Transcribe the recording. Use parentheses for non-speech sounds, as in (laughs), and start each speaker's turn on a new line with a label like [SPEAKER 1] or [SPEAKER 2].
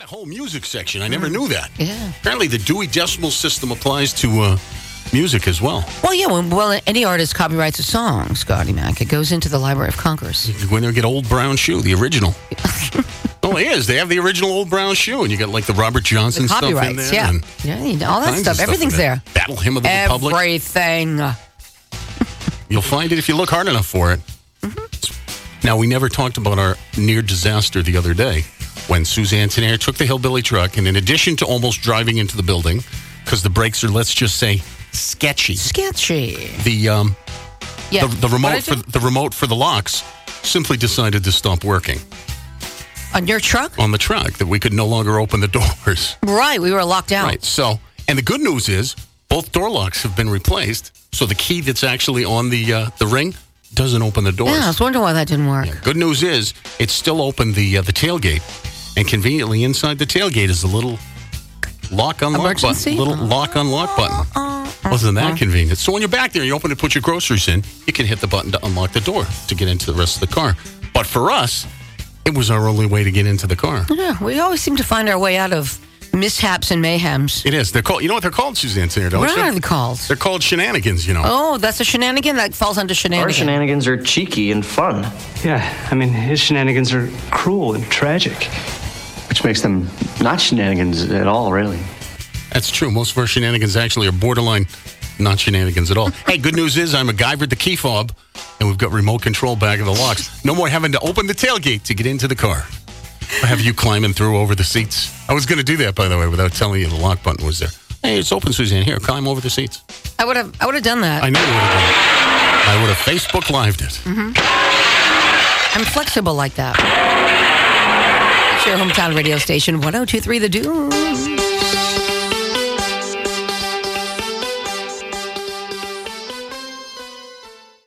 [SPEAKER 1] a whole music section. I never knew that.
[SPEAKER 2] Mm. Yeah.
[SPEAKER 1] Apparently, the Dewey Decimal System applies to uh, music as well.
[SPEAKER 2] Well, yeah. When, well, any artist copyrights a song, Scotty Mac. It goes into the Library of Congress.
[SPEAKER 1] You go in there and get Old Brown Shoe, the
[SPEAKER 2] (laughs)
[SPEAKER 1] original. oh, it is. They have the original Old Brown Shoe, and you got like the Robert Johnson stuff in
[SPEAKER 2] Copyrights.
[SPEAKER 1] there.
[SPEAKER 2] yeah.
[SPEAKER 1] and
[SPEAKER 2] yeah. you know, All that
[SPEAKER 1] kinds of
[SPEAKER 2] stuff. Everything's
[SPEAKER 1] in
[SPEAKER 2] there.
[SPEAKER 1] Battle Hymn of the Republic.
[SPEAKER 2] Everything.
[SPEAKER 1] You'll find it if you look hard enough for it.
[SPEAKER 2] Mm-hmm.
[SPEAKER 1] Now, we never talked about our near disaster the other day when Suzanne Tenere took the hillbilly truck, and in addition to almost driving into the building, because the brakes are, let's just say, sketchy.
[SPEAKER 2] Sketchy.
[SPEAKER 1] The um,
[SPEAKER 2] Yeah.
[SPEAKER 1] the, the
[SPEAKER 2] What
[SPEAKER 1] remote
[SPEAKER 2] is
[SPEAKER 1] for
[SPEAKER 2] it?
[SPEAKER 1] the remote for the locks simply decided to stop working
[SPEAKER 2] on your truck.
[SPEAKER 1] on the truck that we could no longer open the (laughs) doors.
[SPEAKER 2] Right. We were locked down.
[SPEAKER 1] Right. So, and the good news is both door locks have been replaced, so the key that's actually on the uh, the ring doesn't open the doors.
[SPEAKER 2] Yeah. I was wondering why that didn't work.
[SPEAKER 1] Yeah, Good news is it's still open the uh, the tailgate, and conveniently inside the tailgate is a little lock unlock
[SPEAKER 2] Emergency?
[SPEAKER 1] button, little lock unlock button. Wasn't that convenient? So when you're back there, you open it, put your groceries in, you can hit the button to unlock the door to get into the rest of the car. But for us, it was our only way to get into the car.
[SPEAKER 2] Yeah, we always seem to find our way out of mishaps and mayhems.
[SPEAKER 1] It is. They're called. You know what they're called, Suzanne Singer, don't
[SPEAKER 2] What are
[SPEAKER 1] you?
[SPEAKER 2] they called?
[SPEAKER 1] They're called shenanigans. You know.
[SPEAKER 2] Oh, that's a shenanigan that falls under
[SPEAKER 3] Our
[SPEAKER 2] shenanigan.
[SPEAKER 3] shenanigans are cheeky and fun.
[SPEAKER 4] Yeah, I mean, his shenanigans are cruel and tragic.
[SPEAKER 3] Which makes them not shenanigans at all, really.
[SPEAKER 1] That's true. Most of our shenanigans actually are borderline not shenanigans at all. hey, good news is I'm a guy with the key fob, and we've got remote control back in the locks. No more having to open the tailgate to get into the car. Or have you climbing through over the seats? I was going to do that, by the way, without telling you the lock button was there. Hey, it's open, Suzanne. Here, climb over the seats.
[SPEAKER 2] I would have, I would have done that.
[SPEAKER 1] I knew you would have done it. I would have Facebook lived it.
[SPEAKER 2] I'm flexible oh like that. It's your hometown radio station, 1023 The Dunes.